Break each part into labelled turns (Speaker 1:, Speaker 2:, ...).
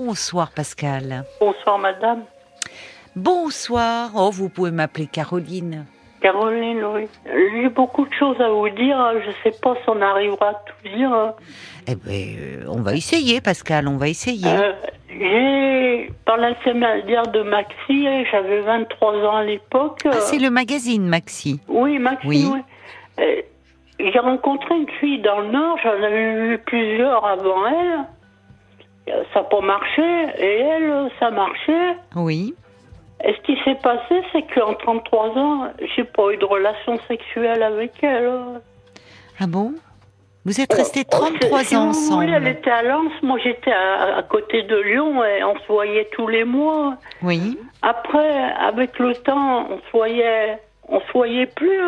Speaker 1: Bonsoir Pascal.
Speaker 2: Bonsoir madame.
Speaker 1: Bonsoir. Oh, vous pouvez m'appeler Caroline.
Speaker 2: Caroline, oui. J'ai beaucoup de choses à vous dire. hein. Je ne sais pas si on arrivera à tout dire. hein.
Speaker 1: Eh ben, euh, on va essayer Pascal, on va essayer.
Speaker 2: Euh, j'ai, par l'intermédiaire de Maxi, hein, j'avais 23 ans à l'époque. Euh,
Speaker 1: Ah, c'est le magazine Maxi.
Speaker 2: Oui, Maxi,
Speaker 1: Oui.
Speaker 2: oui. Euh, J'ai rencontré une fille dans le Nord, j'en avais vu plusieurs avant elle. Euh, Ça n'a pas marché, et elle, euh, ça marchait.
Speaker 1: Oui.
Speaker 2: Et ce qui s'est passé, c'est qu'en 33 ans, j'ai pas eu de relation sexuelle avec elle. hein.
Speaker 1: Ah bon Vous
Speaker 2: Oh,
Speaker 1: êtes restés 33
Speaker 2: Si
Speaker 1: ans
Speaker 2: vous voulez, elle
Speaker 1: ensemble.
Speaker 2: était à Lens, moi j'étais à, à côté de Lyon et on se voyait tous les mois.
Speaker 1: Oui.
Speaker 2: Après, avec le temps, on se voyait, on se voyait plus.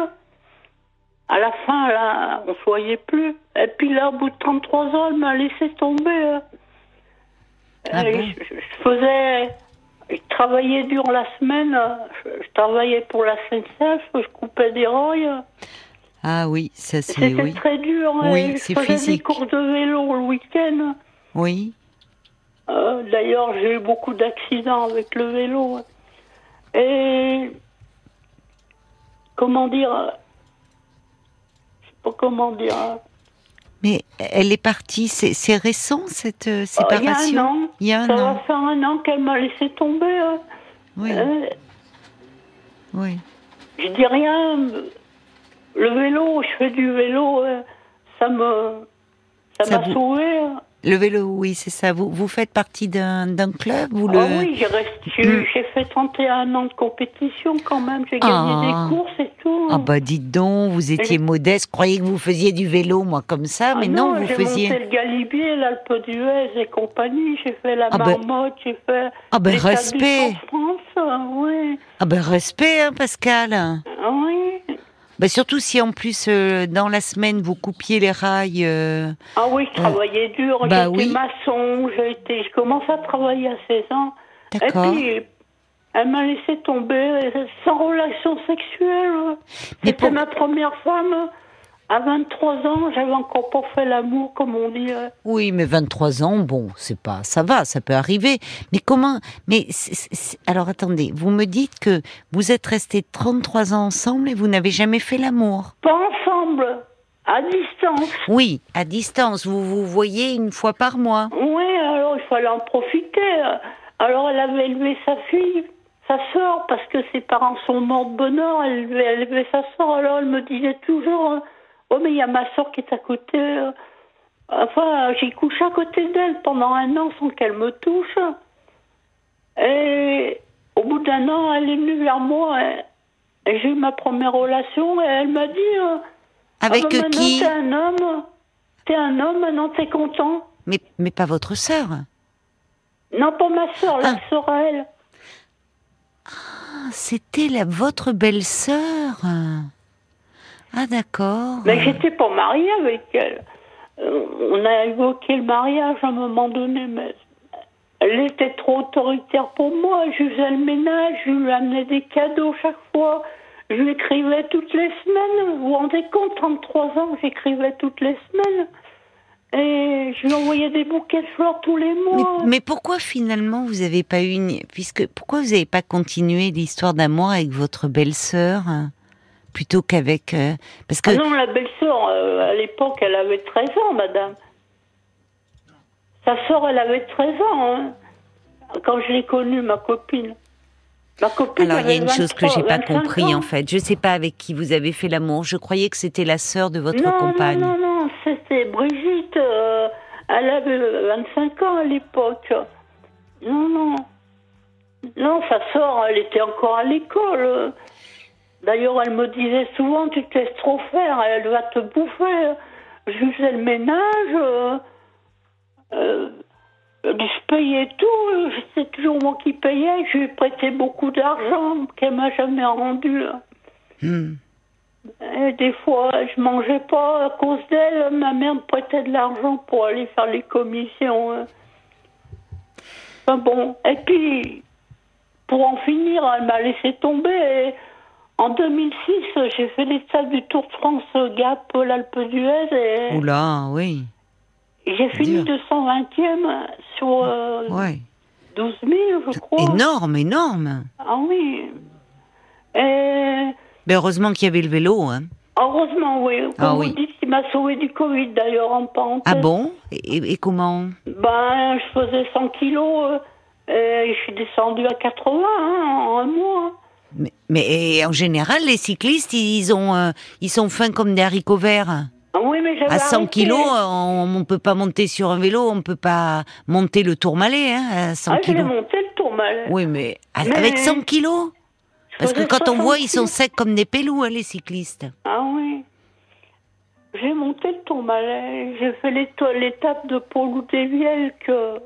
Speaker 2: À la fin, là, on se voyait plus. Et puis là, au bout de 33 ans, elle m'a laissé tomber. hein.
Speaker 1: Ah
Speaker 2: Et
Speaker 1: bon
Speaker 2: je, je- je faisais, je travaillais dur la semaine. hein. Je, je travaillais pour la SNCF, je coupais des rails.
Speaker 1: Ah oui, ça c'est
Speaker 2: C'était
Speaker 1: oui.
Speaker 2: très dur. hein.
Speaker 1: Oui,
Speaker 2: je
Speaker 1: c'est
Speaker 2: faisais des
Speaker 1: physique.
Speaker 2: cours de vélo le week-end.
Speaker 1: Oui.
Speaker 2: Euh, D'ailleurs, j'ai eu beaucoup d'accidents avec le vélo. hein. Et comment dire euh, Je sais pas comment dire. hein.
Speaker 1: Mais elle est partie, c'est c'est récent cette euh,
Speaker 2: Euh, Il y a un
Speaker 1: séparation
Speaker 2: an,
Speaker 1: Il y a un
Speaker 2: ça va
Speaker 1: an.
Speaker 2: faire un an qu'elle m'a laissé tomber. hein.
Speaker 1: Oui,
Speaker 2: Euh,
Speaker 1: oui.
Speaker 2: je dis rien. Le vélo, je fais du vélo. euh, Ça me, ça
Speaker 1: Ça
Speaker 2: m'a
Speaker 1: vous-
Speaker 2: sauvé. hein.
Speaker 1: Le vélo, oui, c'est ça. Vous, vous faites partie d'un d'un club ou le...
Speaker 2: Ah oui, j'ai resté- j'ai- j'ai fait 31 ans de compétition quand même. J'ai gagné
Speaker 1: Ah.
Speaker 2: des courses et tout.
Speaker 1: Ah bah dites donc, vous étiez modeste, je croyais que vous faisiez du vélo, moi, comme ça, mais
Speaker 2: Ah
Speaker 1: non, vous
Speaker 2: j'ai
Speaker 1: faisiez...
Speaker 2: monté le Galibier, l'Alpe d'Huez et compagnie. J'ai fait la
Speaker 1: Ah ben-
Speaker 2: Marmotte, j'ai fait.
Speaker 1: Ah ben,
Speaker 2: l'État du
Speaker 1: respect.
Speaker 2: Tour de France, hein, oui.
Speaker 1: Ah ben respect, hein, Pascal
Speaker 2: Ah, oui.
Speaker 1: bah, Surtout si en plus, euh, dans la semaine, vous coupiez les rails... euh,
Speaker 2: Ah oui, je travaillais dur.
Speaker 1: Bah
Speaker 2: J'étais
Speaker 1: oui.
Speaker 2: maçon. J'ai été. Je commençais à travailler à 16 ans. Et
Speaker 1: D'accord.
Speaker 2: puis, elle m'a laissé tomber euh, sans relation sexuelle.
Speaker 1: Mais
Speaker 2: C'était
Speaker 1: pour-
Speaker 2: ma première femme. À 23 ans, j'avais encore pas fait l'amour, comme on dit. euh.
Speaker 1: Oui, mais 23 ans, bon, c'est pas, ça va, ça peut arriver. Mais comment Mais c'est- c'est- c'est- alors attendez, vous me dites que vous êtes restés 33 ans ensemble et vous n'avez jamais fait l'amour.
Speaker 2: Pas ensemble, à distance.
Speaker 1: Oui, à distance, vous vous voyez une fois par mois.
Speaker 2: Oui, alors il fallait en profiter. Alors elle avait élevé sa fille, sa sœur, parce que ses parents sont morts de bonheur. Elle avait elle élevait sa sœur. Alors elle me disait toujours euh, Oh, mais il y a ma sœur qui est à côté. euh. Enfin, j'ai couché à côté d'elle pendant un an sans qu'elle me touche. Et au bout d'un an, elle est venue vers moi. et- et J'ai eu ma première relation et elle m'a dit euh, Ah,
Speaker 1: Avec
Speaker 2: bah, maintenant,
Speaker 1: qui
Speaker 2: T'es un homme. T'es un homme, maintenant t'es content.
Speaker 1: mais, mais pas votre sœur.
Speaker 2: Non, pour ma soeur, la sœur à elle.
Speaker 1: Ah, C'était la votre belle-sœur. Ah d'accord.
Speaker 2: Mais j'étais pas mariée avec elle. Euh, on a évoqué le mariage à un moment donné, mais elle était trop autoritaire pour moi. Je faisais le ménage, je lui amenais des cadeaux chaque fois. Je lui écrivais toutes les semaines. Vous vous rendez compte, 33 ans, j'écrivais toutes les semaines. Et je lui envoyais des bouquets de fleurs tous les
Speaker 1: Mais,
Speaker 2: mois.
Speaker 1: mais pourquoi finalement vous n'avez pas eu une... puisque pourquoi vous n'avez pas continué l'histoire d'amour avec votre belle-sœur hein, plutôt qu'avec euh, parce que
Speaker 2: Ah non, la belle-sœur, euh, à l'époque, elle avait 13 ans, madame. Sa sœur, elle avait 13 ans, hein, quand je l'ai connue, ma copine. Ma copine
Speaker 1: alors il y a
Speaker 2: avait
Speaker 1: une chose que
Speaker 2: 23,
Speaker 1: j'ai pas
Speaker 2: 25
Speaker 1: compris
Speaker 2: ans.
Speaker 1: en fait. Je sais pas avec qui vous avez fait l'amour. Je croyais que c'était la sœur de votre
Speaker 2: Non,
Speaker 1: compagne.
Speaker 2: non, non, non, c'était Brigitte. euh, elle avait 25 ans à l'époque. Non, non. Non, sa sœur, elle était encore à l'école. D'ailleurs, elle me disait souvent, tu te laisses trop faire, elle va te bouffer. Je faisais le ménage, euh, euh, je payais tout, euh, c'était toujours moi qui payais, je lui ai prêté beaucoup d'argent qu'elle m'a jamais rendu.
Speaker 1: Hmm.
Speaker 2: Et Hein, des fois, je mangeais pas à cause d'elle. hein. Ma mère me prêtait de l'argent pour aller faire les commissions. hein. Enfin bon, et puis, pour en finir, elle m'a laissé tomber. Et en 2006, j'ai euh, fait l'étape du Tour de France Gap, l'Alpe d'Huez, et
Speaker 1: Oula, oui.
Speaker 2: J'ai fini
Speaker 1: Dur.
Speaker 2: 220e sur euh,
Speaker 1: Ouais.
Speaker 2: 12 000, je crois.
Speaker 1: Énorme, énorme.
Speaker 2: Ah oui. Et
Speaker 1: Ben heureusement qu'il y avait le vélo. hein.
Speaker 2: heureusement, oui. Comme
Speaker 1: Ah
Speaker 2: vous
Speaker 1: oui.
Speaker 2: dites, il m'a sauvé du Covid, d'ailleurs, en pente.
Speaker 1: Ah bon et, et- et comment
Speaker 2: Ben, je faisais 100 kilos euh, et je suis descendue à 80 hein, en un mois.
Speaker 1: mais, mais en général, les cyclistes, ils ont, euh, ils sont fins comme des haricots verts.
Speaker 2: Ah oui, mais j'avais
Speaker 1: À 100
Speaker 2: arrêté.
Speaker 1: kilos, hein, on ne peut pas monter sur un vélo, on ne peut pas monter le tourmalet hein, à 100
Speaker 2: Ah, je l'ai
Speaker 1: kilos.
Speaker 2: monté le tourmalet.
Speaker 1: Oui, mais a-
Speaker 2: Mais-
Speaker 1: avec 100 kilos
Speaker 2: Je
Speaker 1: Parce que
Speaker 2: faisais
Speaker 1: quand on
Speaker 2: 60
Speaker 1: voit, ils sont
Speaker 2: kilos.
Speaker 1: secs comme des pelous, hein, les cyclistes.
Speaker 2: Ah oui. J'ai monté le Tourmalet. J'ai fait l'éto- l'étape de Paul Deviel que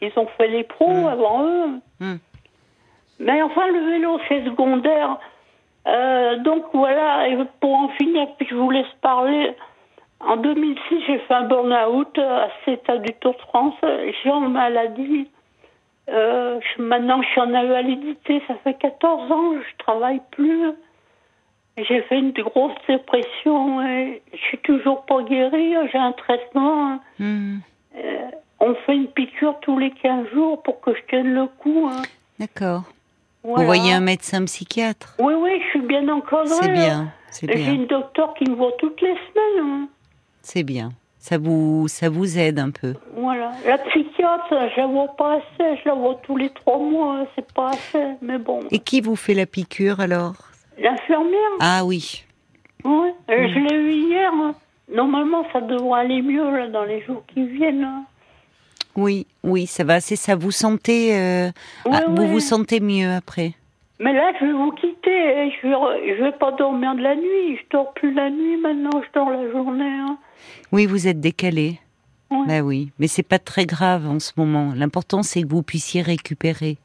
Speaker 2: ils ont fait les pros avant eux.
Speaker 1: Mm.
Speaker 2: Mais enfin, le vélo, c'est secondaire. Euh, donc voilà, et pour en finir, puis je vous laisse parler. En 2006, j'ai fait un burn-out à cet état du Tour de France. J'ai en maladie. Euh, je- maintenant, je suis en invalidité. Ça fait 14 ans, je travaille plus. J'ai fait une grosse dépression et je suis toujours pas guérie. hein. J'ai un traitement. hein.
Speaker 1: Hmm,
Speaker 2: On fait une piqûre tous les 15 jours pour que je tienne le coup. hein.
Speaker 1: D'accord.
Speaker 2: Voilà.
Speaker 1: Vous voyez un médecin psychiatre
Speaker 2: Oui, oui, je suis bien encadrée.
Speaker 1: C'est
Speaker 2: hein.
Speaker 1: bien, c'est
Speaker 2: J'ai
Speaker 1: bien,
Speaker 2: une docteure qui me voit toutes les semaines. hein.
Speaker 1: c'est bien. Ça vous, ça vous aide un peu.
Speaker 2: Voilà. La psychiatre, je la vois pas assez. Je la vois tous les trois mois. hein. C'est pas assez. Mais bon.
Speaker 1: Et qui vous fait la piqûre alors
Speaker 2: L'infirmière,
Speaker 1: Ah oui.
Speaker 2: oui.
Speaker 1: Mm.
Speaker 2: Euh, Je l'ai eu hier. hein. Normalement, ça devrait aller mieux là, dans les jours qui viennent. hein.
Speaker 1: Oui, oui, ça va, c'est ça. Vous sentez, euh,
Speaker 2: Ouais,
Speaker 1: ah, vous
Speaker 2: ouais.
Speaker 1: vous sentez mieux après.
Speaker 2: Mais là, je vais vous quitter. et Je vais, re- je vais pas dormir de la nuit. Je dors plus la nuit maintenant. Je dors la journée. hein.
Speaker 1: Oui, vous êtes décalé.
Speaker 2: Ouais.
Speaker 1: Bah oui, mais c'est pas très grave en ce moment. L'important c'est que vous puissiez récupérer.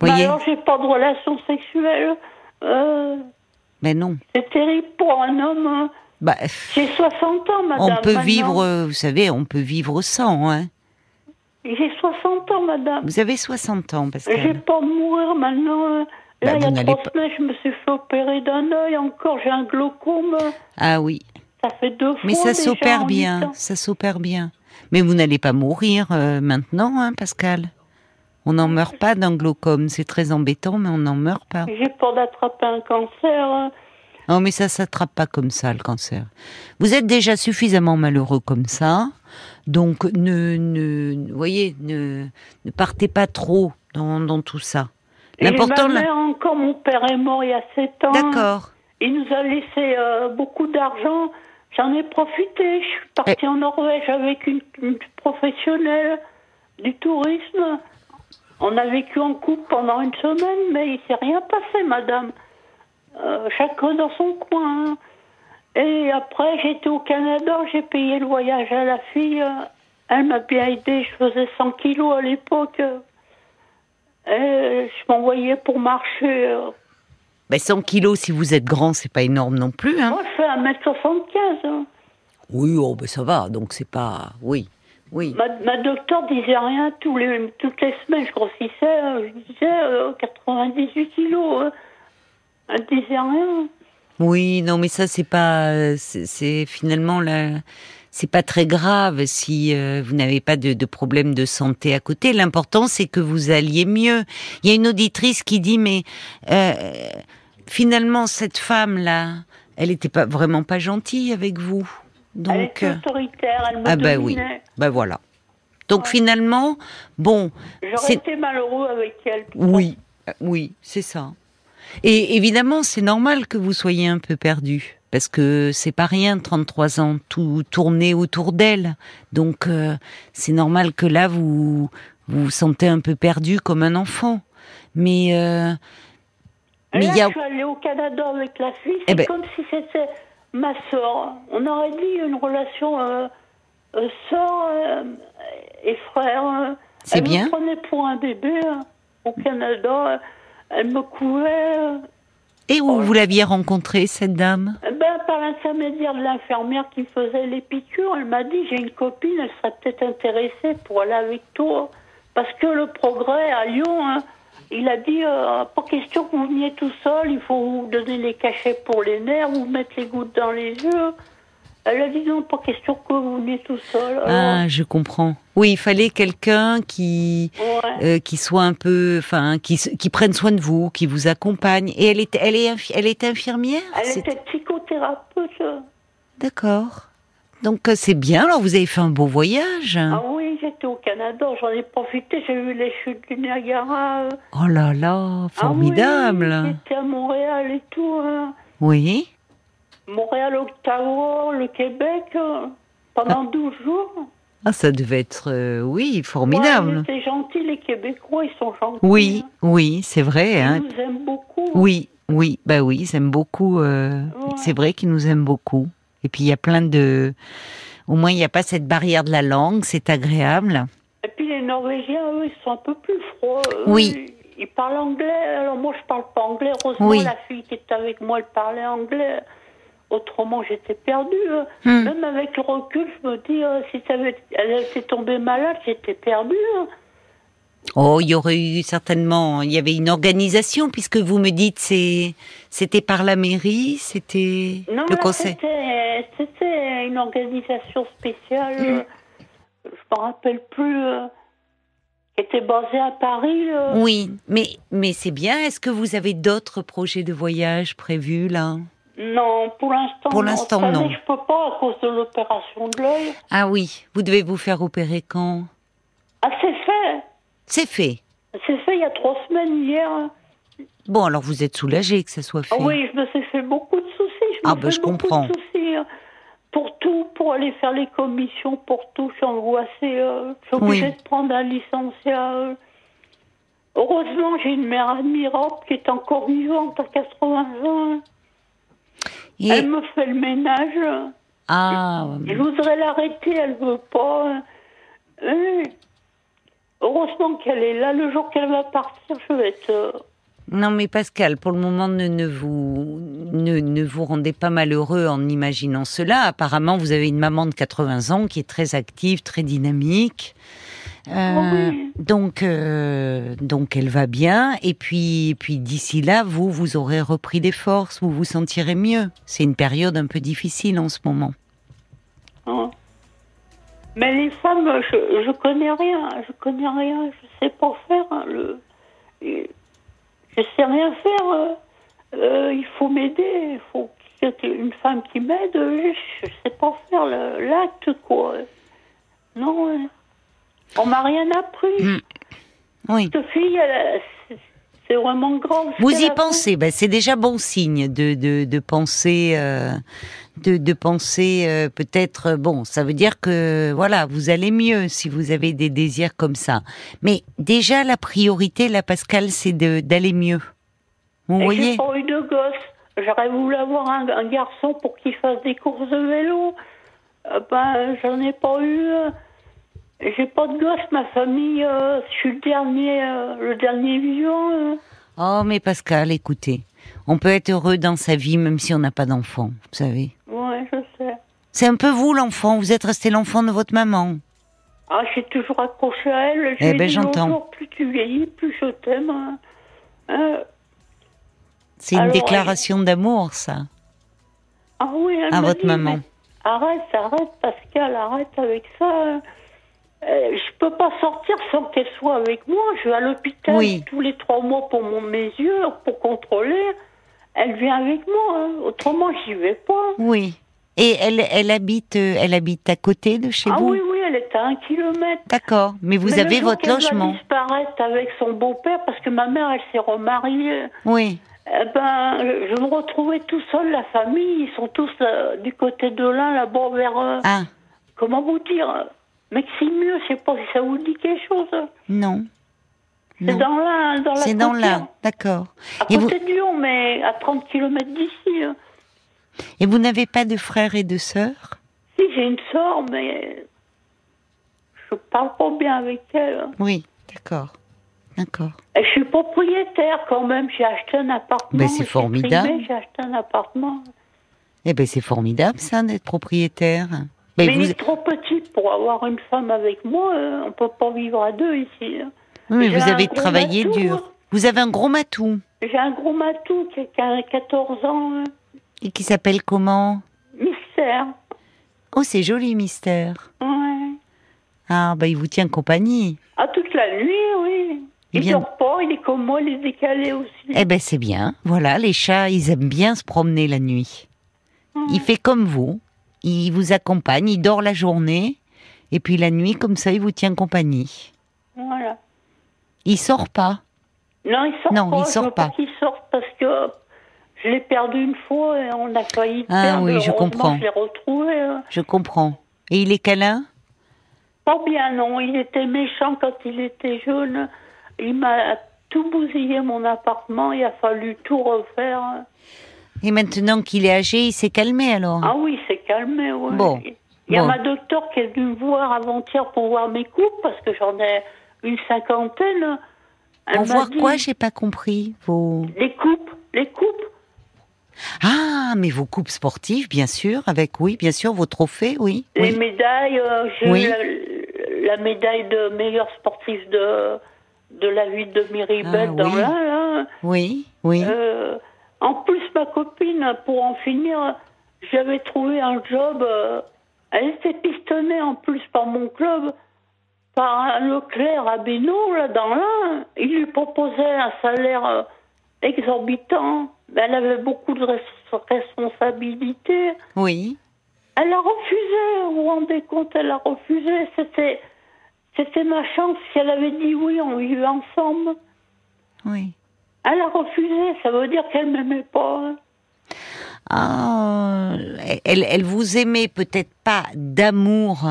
Speaker 2: Bah
Speaker 1: Voyez,
Speaker 2: alors, j'ai pas de relation sexuelle. Euh,
Speaker 1: ben non.
Speaker 2: c'est terrible pour un homme. hein.
Speaker 1: Bah, pff,
Speaker 2: J'ai 60 ans,
Speaker 1: on
Speaker 2: madame.
Speaker 1: peut
Speaker 2: maintenant.
Speaker 1: vivre, euh, vous savez, on peut vivre sans. Hein.
Speaker 2: J'ai 60 ans, madame.
Speaker 1: Vous avez 60 ans,
Speaker 2: J'ai
Speaker 1: Pascal.
Speaker 2: peur de mourir maintenant. hein.
Speaker 1: Bah,
Speaker 2: Là,
Speaker 1: vous
Speaker 2: il y a
Speaker 1: n'allez
Speaker 2: trois
Speaker 1: pas-
Speaker 2: semaines, je me suis fait opérer d'un œil encore. J'ai un glaucome.
Speaker 1: Ah oui,
Speaker 2: Ça fait deux fois.
Speaker 1: mais ça
Speaker 2: déjà
Speaker 1: s'opère
Speaker 2: en huit
Speaker 1: bien,
Speaker 2: ans.
Speaker 1: ça s'opère bien. Mais vous n'allez pas mourir euh, maintenant, hein, Pascal. On n'en meurt pas d'un glaucome, c'est très embêtant, mais on n'en meurt pas.
Speaker 2: J'ai peur d'attraper un cancer. hein.
Speaker 1: Non, mais ça s'attrape pas comme ça, le cancer. Vous êtes déjà suffisamment malheureux comme ça, donc ne, ne voyez, ne, ne partez pas trop dans, dans tout ça.
Speaker 2: Et
Speaker 1: L'important,
Speaker 2: ma
Speaker 1: là.
Speaker 2: mère encore, mon père est mort il y a 7 ans.
Speaker 1: D'accord.
Speaker 2: Il nous a laissé euh, beaucoup d'argent. J'en ai profité. Je suis partie en Norvège avec une, une professionnelle du tourisme. On a vécu en couple pendant une semaine, mais il s'est rien passé, madame. Euh, chacun dans son coin. hein. Et après, j'étais au Canada, j'ai payé le voyage à la fille. euh, Elle m'a bien aidée. Je faisais 100 kilos à l'époque. euh, Et je m'envoyais pour marcher. euh,
Speaker 1: Ben, 100 kilos, si vous êtes grand, c'est pas énorme non plus. Hein.
Speaker 2: Moi, je fais 1m75. hein.
Speaker 1: Oui, oh, ben, ça va, donc c'est pas. Oui, oui.
Speaker 2: Ma, ma docteur disait rien. Tous les, toutes les semaines, je grossissais. euh, Je disais euh, 98 kilos. hein. Elle disait rien.
Speaker 1: Oui, non, mais ça, c'est pas. euh, C'est c'est finalement là. C'est pas très grave si euh, vous n'avez pas de, de problème de santé à côté. L'important, c'est que vous alliez mieux. Il y a une auditrice qui dit, mais euh, finalement, cette femme-là, elle n'était pas vraiment pas gentille avec vous.
Speaker 2: elle
Speaker 1: Donc,
Speaker 2: était
Speaker 1: euh,
Speaker 2: autoritaire. Elle me
Speaker 1: ah bah oui,
Speaker 2: dominait.
Speaker 1: bah voilà. Donc finalement, bon,
Speaker 2: J'aurais
Speaker 1: c'est-
Speaker 2: été malheureux avec elle.
Speaker 1: oui, euh, oui, c'est ça. Et évidemment, c'est normal que vous soyez un peu perdu, parce que c'est pas rien, 33 ans, tout tourné autour d'elle. Donc, euh, c'est normal que là, vous vous vous sentez un peu perdu comme un enfant. Mais, euh,
Speaker 2: Et
Speaker 1: mais
Speaker 2: là,
Speaker 1: il y a...
Speaker 2: Je suis allée au Canada avec la fille.
Speaker 1: Eh
Speaker 2: C'est
Speaker 1: ben-
Speaker 2: comme si c'était ma soeur. On aurait dit une relation euh, euh, sœur euh, et frère. hein.
Speaker 1: C'est
Speaker 2: elle
Speaker 1: bien.
Speaker 2: me prenait pour un bébé hein, au Canada. Elle me couvait. euh,
Speaker 1: Et où vous l'aviez rencontrée, cette dame
Speaker 2: Eh Ben, par l'intermédiaire de l'infirmière qui me faisait les piqûres, elle m'a dit j'ai une copine, elle serait peut-être intéressée pour aller avec toi. Parce que le progrès à Lyon, hein, il a dit euh, pas question que vous veniez tout seul, il faut vous donner les cachets pour les nerfs, vous mettre les gouttes dans les yeux. Elle a dit non, pas question que vous veniez tout seul. Euh,
Speaker 1: Ah,
Speaker 2: Alors,
Speaker 1: je comprends. Oui, il fallait quelqu'un qui
Speaker 2: ouais.
Speaker 1: euh, qui soit un peu, enfin, qui, se- qui prenne soin de vous, qui vous accompagne. Et elle est, elle est, infi- elle est infirmière.
Speaker 2: Elle
Speaker 1: C'est- Ah.
Speaker 2: était psychothérapeute.
Speaker 1: D'accord. Donc euh, c'est bien. Alors vous avez fait un beau voyage.
Speaker 2: Ah oui, j'étais au Canada, j'en ai profité, j'ai vu les chutes du Niagara. euh.
Speaker 1: Oh là là, formidable.
Speaker 2: Ah oui, j'étais à Montréal et tout. hein.
Speaker 1: oui.
Speaker 2: Montréal, Ottawa, le Québec, euh, pendant 12 jours.
Speaker 1: Ah, ça devait être, euh, oui,
Speaker 2: Ouais,
Speaker 1: formidable.
Speaker 2: ils étaient gentils, les Québécois, ils sont gentils.
Speaker 1: oui,
Speaker 2: hein.
Speaker 1: oui, c'est vrai.
Speaker 2: Ils
Speaker 1: hein.
Speaker 2: nous aiment beaucoup.
Speaker 1: Oui, oui, bah oui, ils aiment beaucoup. euh,
Speaker 2: Ouais.
Speaker 1: C'est vrai qu'ils nous aiment beaucoup. Et puis il y a plein de. Au moins, il n'y a pas cette barrière de la langue, c'est agréable.
Speaker 2: Et puis les Norvégiens, eux, ils sont un peu plus froids. eux.
Speaker 1: Oui.
Speaker 2: Ils, ils parlent anglais, alors moi je parle pas anglais. Heureusement,
Speaker 1: Oui.
Speaker 2: la fille qui était avec moi, elle parlait anglais. Autrement, j'étais perdue. hein.
Speaker 1: Hmm.
Speaker 2: Même avec le recul, je me dis, euh, si ça avait- elle était tombée malade, j'étais perdue. hein.
Speaker 1: Oh, il y aurait eu certainement. Il y avait une organisation, puisque vous me dites, c'est, c'était par la mairie, c'était
Speaker 2: Non,
Speaker 1: le
Speaker 2: là,
Speaker 1: conseil.
Speaker 2: c'était c'était une organisation spéciale,
Speaker 1: Mm.
Speaker 2: euh, je me rappelle plus, euh, qui était basée à Paris. euh.
Speaker 1: Oui, mais, mais c'est bien. Est-ce que vous avez d'autres projets de voyage prévus, là
Speaker 2: Non, pour l'instant,
Speaker 1: Pour
Speaker 2: non.
Speaker 1: l'instant,
Speaker 2: Cette année,
Speaker 1: non.
Speaker 2: Je peux pas à cause de l'opération de l'œil.
Speaker 1: Ah oui, vous devez vous faire opérer quand
Speaker 2: Ah, c'est fait.
Speaker 1: C'est fait.
Speaker 2: C'est fait il y a trois semaines hier.
Speaker 1: Bon, alors vous êtes soulagé que ça soit fait.
Speaker 2: Ah oui, je me suis fait beaucoup de soucis. Je
Speaker 1: Ah,
Speaker 2: me
Speaker 1: ben,
Speaker 2: fais
Speaker 1: je
Speaker 2: beaucoup
Speaker 1: comprends.
Speaker 2: de soucis. hein. Pour tout, pour aller faire les commissions, pour tout, je suis angoissée. euh, je suis obligée
Speaker 1: Oui.
Speaker 2: de prendre un licenciat. euh. Heureusement, j'ai une mère admirable qui est encore vivante à 80 ans.
Speaker 1: Et-
Speaker 2: Elle me fait le ménage.
Speaker 1: Ah,
Speaker 2: Je voudrais l'arrêter, elle veut pas. Euh, Heureusement qu'elle est là. Le jour qu'elle va partir, je vais être... euh,
Speaker 1: non mais Pascal, pour le moment, ne, ne, vous, ne, ne vous rendez pas malheureux en imaginant cela. Apparemment, vous avez une maman de 80 ans qui est très active, très dynamique. Euh,
Speaker 2: oui.
Speaker 1: donc, euh, donc elle va bien. Et puis, et puis d'ici là, vous, vous aurez repris des forces, vous vous sentirez mieux. C'est une période un peu difficile en ce moment.
Speaker 2: Hein. Mais les femmes, je, je connais rien, je connais rien, je sais pas faire. hein, le, et- je sais rien faire. euh, euh, il faut m'aider, il faut qu'il y ait une femme qui m'aide. euh, Je, je sais pas faire le- l'acte, quoi. Non, euh, on m'a rien appris.
Speaker 1: Mm. Oui.
Speaker 2: Cette fille, elle a- c'est- c'est vraiment grave. ce
Speaker 1: Vous
Speaker 2: qu'elle
Speaker 1: y
Speaker 2: a fait.
Speaker 1: pensez, ben, c'est déjà bon signe de, de, de penser, euh, de, de penser euh, peut-être, euh, bon, ça veut dire que voilà, vous allez mieux si vous avez des désirs comme ça. Mais déjà, la priorité, là, Pascal, c'est de- d'aller mieux. Vous
Speaker 2: Et J'ai
Speaker 1: voyez
Speaker 2: pas eu de gosse. J'aurais voulu avoir un, un garçon pour qu'il fasse des courses de vélo. Euh, ben, j'en ai pas eu. euh. J'ai pas de gosse, ma famille. euh, je suis le dernier, euh, le dernier vivant. euh.
Speaker 1: Oh, mais Pascal, écoutez, on peut être heureux dans sa vie même si on n'a pas d'enfant, vous savez.
Speaker 2: Ouais, je sais.
Speaker 1: C'est un peu vous l'enfant, vous êtes resté l'enfant de votre maman.
Speaker 2: Ah, j'ai toujours accroché à elle. J'ai
Speaker 1: Eh ben,
Speaker 2: dit l'autre
Speaker 1: j'entends.
Speaker 2: jour, Plus tu vieillis, plus je t'aime. hein. Euh,
Speaker 1: C'est une
Speaker 2: Alors, elle-
Speaker 1: déclaration d'amour, ça.
Speaker 2: ah oui, elle
Speaker 1: À
Speaker 2: m'a
Speaker 1: votre
Speaker 2: dit,
Speaker 1: maman.
Speaker 2: mais Arrête, arrête, Pascal, arrête avec ça. hein. Euh, je peux pas sortir sans qu'elle soit avec moi. Je vais à l'hôpital
Speaker 1: Oui.
Speaker 2: tous les trois mois pour mon, mes yeux, pour contrôler. Elle vient avec moi. hein. Autrement, j'y vais pas.
Speaker 1: Oui. Et elle, elle habite, euh, elle habite à côté de chez
Speaker 2: Ah
Speaker 1: vous.
Speaker 2: oui, oui, elle est à un kilomètre.
Speaker 1: D'accord, mais vous
Speaker 2: Mais le
Speaker 1: avez
Speaker 2: jour
Speaker 1: votre
Speaker 2: qu'elle va
Speaker 1: logement.
Speaker 2: disparaître avec son beau-père parce que ma mère, elle s'est remariée.
Speaker 1: Oui.
Speaker 2: Eh ben, je me retrouvais tout seul, la famille, ils sont tous euh, du côté de l'un, là-bas vers. euh,
Speaker 1: Ah,
Speaker 2: Comment vous dire Maximieux, je sais pas si ça vous dit quelque chose.
Speaker 1: non.
Speaker 2: C'est
Speaker 1: Non.
Speaker 2: dans là, dans la
Speaker 1: C'est dans
Speaker 2: frontière.
Speaker 1: là, d'accord.
Speaker 2: À
Speaker 1: Et
Speaker 2: côté
Speaker 1: vous,
Speaker 2: de Lyon, mais à 30 km d'ici. hein.
Speaker 1: et vous n'avez pas de frères et de sœurs
Speaker 2: Si, j'ai une sœur, mais je parle pas bien avec elle. hein.
Speaker 1: Oui, d'accord. D'accord.
Speaker 2: Et je suis propriétaire quand même, j'ai acheté un appartement.
Speaker 1: Ben, c'est
Speaker 2: j'ai
Speaker 1: formidable.
Speaker 2: primé, J'ai acheté un appartement.
Speaker 1: Eh ben c'est formidable ça d'être propriétaire. Ben,
Speaker 2: Mais il
Speaker 1: vous,
Speaker 2: est trop petit pour avoir une femme avec moi, hein. on peut pas vivre à deux ici. hein.
Speaker 1: oui, mais
Speaker 2: j'ai
Speaker 1: vous
Speaker 2: un
Speaker 1: avez
Speaker 2: gros
Speaker 1: travaillé
Speaker 2: matou,
Speaker 1: dur.
Speaker 2: hein.
Speaker 1: Vous avez un gros matou
Speaker 2: J'ai un gros matou qui a 14 ans, hein.
Speaker 1: et qui s'appelle comment
Speaker 2: mystère.
Speaker 1: Oh, c'est joli, Mystère.
Speaker 2: Ouais.
Speaker 1: Ah, bah, il vous tient compagnie.
Speaker 2: Ah, toute la nuit, oui.
Speaker 1: Il
Speaker 2: Il
Speaker 1: vient-
Speaker 2: dort pas, il est comme moi, il est décalé aussi.
Speaker 1: Eh ben, c'est bien. Voilà, les chats, ils aiment bien se promener la nuit. Il fait comme vous. Il vous accompagne, il dort la journée. Et puis la nuit, comme ça, il vous tient compagnie.
Speaker 2: Voilà.
Speaker 1: Il sort pas.
Speaker 2: Non, il sort
Speaker 1: Non,
Speaker 2: pas.
Speaker 1: il
Speaker 2: je
Speaker 1: sort
Speaker 2: veux
Speaker 1: pas.
Speaker 2: qu'il sorte parce que je l'ai perdu une fois et on a failli le
Speaker 1: Ah
Speaker 2: perdre.
Speaker 1: oui, je
Speaker 2: Heureusement,
Speaker 1: comprends.
Speaker 2: Je l'ai retrouvé. euh.
Speaker 1: Je comprends. Et il est câlin
Speaker 2: Pas bien, non. Il était méchant quand il était jeune. Il m'a tout bousillé mon appartement. Il a fallu tout refaire.
Speaker 1: Et maintenant qu'il est âgé, il s'est calmé alors
Speaker 2: Ah oui, c'est calmé, oui.
Speaker 1: Hein. Bon.
Speaker 2: Il y a
Speaker 1: Bon.
Speaker 2: ma docteur qui est venue me voir avant-hier pour voir mes coupes, parce que j'en ai une cinquantaine. Elle
Speaker 1: On
Speaker 2: m'a
Speaker 1: voit
Speaker 2: dit,
Speaker 1: quoi J'ai pas compris. Vos...
Speaker 2: Les coupes, les coupes.
Speaker 1: Ah, mais vos coupes sportives, bien sûr, avec, oui, bien sûr, vos trophées, oui.
Speaker 2: Les
Speaker 1: oui.
Speaker 2: médailles, euh, j'ai
Speaker 1: Oui.
Speaker 2: eu la, la médaille de meilleur sportif de, de la ville de Miribel
Speaker 1: Ah,
Speaker 2: dans
Speaker 1: oui.
Speaker 2: l'Ain, là.
Speaker 1: Oui, oui.
Speaker 2: Euh, en plus, ma copine, pour en finir, j'avais trouvé un job. euh, elle était pistonnée en plus par mon club, par un Leclerc à Bénaud, là, dans l'Ain. Il lui proposait un salaire euh, exorbitant. Mais Elle avait beaucoup de res- responsabilités.
Speaker 1: Oui.
Speaker 2: Elle a refusé, vous vous rendez compte, elle a refusé. C'était, c'était ma chance. Si elle avait dit oui, on vivait ensemble.
Speaker 1: Oui.
Speaker 2: Elle a refusé, ça veut dire qu'elle m'aimait pas. hein.
Speaker 1: Ah, elle, elle vous aimait peut-être pas d'amour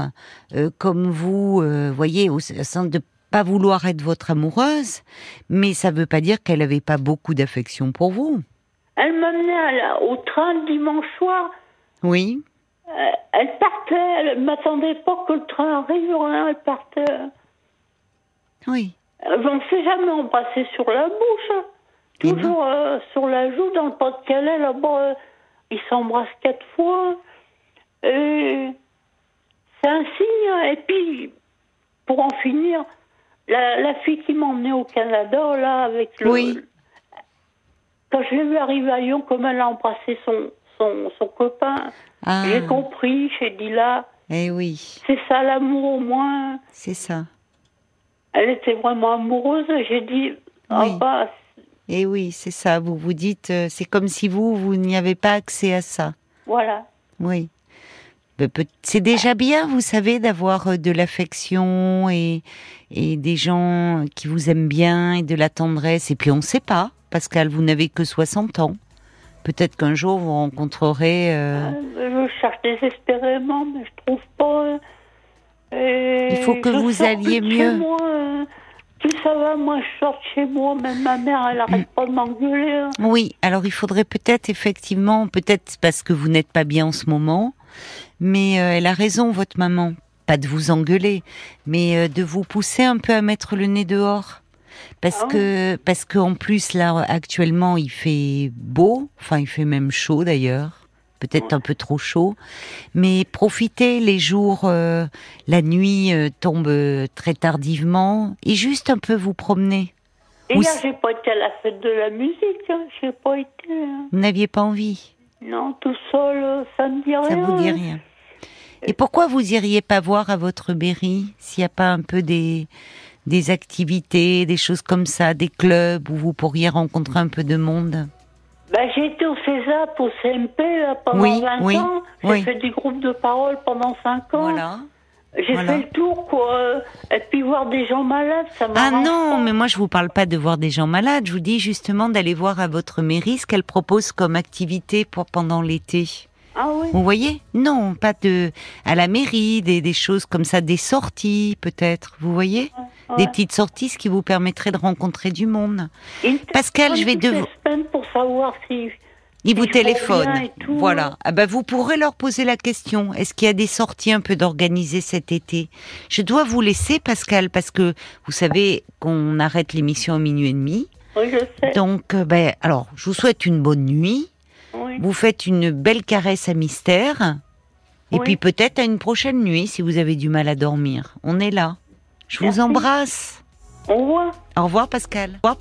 Speaker 1: euh, comme vous, euh, voyez, au sens de pas vouloir être votre amoureuse, mais ça veut pas dire qu'elle avait pas beaucoup d'affection pour vous.
Speaker 2: Elle m'amenait à la- au train le dimanche soir.
Speaker 1: Oui.
Speaker 2: Euh, Elle partait, elle m'attendait pas que le train arrive, rien, elle partait.
Speaker 1: Oui.
Speaker 2: Euh, On ne s'est jamais embrassé sur la bouche. hein.
Speaker 1: Eh ben.
Speaker 2: Toujours euh, sur la joue, dans le Pas-de-Calais, là-bas, euh, ils s'embrassent quatre fois. Et c'est un signe. hein. Et puis, pour en finir, la, la fille qui m'emmenait au Canada, là, avec le.
Speaker 1: Oui.
Speaker 2: Quand je l'ai vu arriver à Lyon, comme elle a embrassé son, son, son copain,
Speaker 1: Ah.
Speaker 2: j'ai compris, j'ai dit là,
Speaker 1: Eh oui,
Speaker 2: c'est ça l'amour au moins.
Speaker 1: c'est ça.
Speaker 2: Elle était vraiment amoureuse. J'ai dit, ah
Speaker 1: Oui.
Speaker 2: bah,
Speaker 1: Eh oui, c'est ça. Vous vous dites, euh, c'est comme si vous, vous n'y avez pas accès à ça.
Speaker 2: voilà.
Speaker 1: Oui. Ben, peut- C'est déjà bien, vous savez, d'avoir euh, de l'affection et, et des gens euh, qui vous aiment bien et de la tendresse. Et puis on ne sait pas, Pascal, vous n'avez que 60 ans. Peut-être qu'un jour vous rencontrerez. euh,
Speaker 2: Euh, Je cherche désespérément, mais je trouve pas. hein. Et
Speaker 1: Il faut que
Speaker 2: je
Speaker 1: vous
Speaker 2: sors
Speaker 1: alliez
Speaker 2: plus de chez
Speaker 1: mieux.
Speaker 2: moi, hein. plus ça va, moins je sors de chez moi. Même ma mère, elle arrête
Speaker 1: Mm.
Speaker 2: pas de m'engueuler. hein.
Speaker 1: Oui, alors il faudrait peut-être effectivement, peut-être parce que vous n'êtes pas bien en ce moment, mais euh, elle a raison, votre maman. Pas de vous engueuler, mais euh, de vous pousser un peu à mettre le nez dehors. Parce
Speaker 2: Ah oui.
Speaker 1: que, parce que en plus là actuellement il fait beau, enfin il fait même chaud d'ailleurs, peut-être un peu trop chaud, mais profitez les jours, euh, la nuit euh, tombe euh, très tardivement et juste un peu vous promener.
Speaker 2: Et
Speaker 1: Vous-
Speaker 2: hier, j'ai pas été à la fête de la musique. hein. J'ai pas été. hein.
Speaker 1: Vous n'aviez pas envie.
Speaker 2: Non, tout seul, euh, ça me dit
Speaker 1: Ça
Speaker 2: rien.
Speaker 1: vous dit
Speaker 2: hein.
Speaker 1: rien. Et pourquoi vous iriez pas voir à votre mairie s'il n'y a pas un peu des, des activités, des choses comme ça, des clubs où vous pourriez rencontrer un peu de monde
Speaker 2: Bah, j'ai été au CESAP, au CMP là, euh, pendant
Speaker 1: Oui,
Speaker 2: 20
Speaker 1: oui,
Speaker 2: ans. J'ai
Speaker 1: oui.
Speaker 2: fait du groupe de parole pendant 5 ans.
Speaker 1: Voilà.
Speaker 2: J'ai
Speaker 1: voilà.
Speaker 2: fait le tour, quoi. euh, Et puis voir des gens malades, ça m'a.
Speaker 1: Ah non, mais moi je vous parle pas de voir des gens malades, je vous dis justement d'aller voir à votre mairie ce qu'elle propose comme activité pour pendant l'été.
Speaker 2: Ah oui.
Speaker 1: Vous voyez Non, pas de à la mairie, des, des choses comme ça, des sorties peut-être, vous voyez Des
Speaker 2: ouais.
Speaker 1: petites sorties, ce qui vous permettrait de rencontrer du monde.
Speaker 2: Ils me
Speaker 1: Pascal, je vais
Speaker 2: téléphonent toutes
Speaker 1: devoir-
Speaker 2: les semaines pour savoir si.
Speaker 1: Ils vous
Speaker 2: Ils font rien
Speaker 1: téléphonent.
Speaker 2: et tout.
Speaker 1: Voilà. Ah ben, vous pourrez leur poser la question. Est-ce qu'il y a des sorties un peu d'organiser cet été Je dois vous laisser, Pascal, parce que vous savez qu'on arrête l'émission à minuit et demi.
Speaker 2: Oui, je sais.
Speaker 1: Donc, euh, ben, alors, je vous souhaite une bonne nuit.
Speaker 2: Oui.
Speaker 1: Vous faites une belle caresse à mystère. Et
Speaker 2: Oui.
Speaker 1: puis peut-être à une prochaine nuit si vous avez du mal à dormir. On est là. Je vous
Speaker 2: Merci.
Speaker 1: embrasse.
Speaker 2: Au revoir.
Speaker 1: Au revoir, Pascal. Au revoir,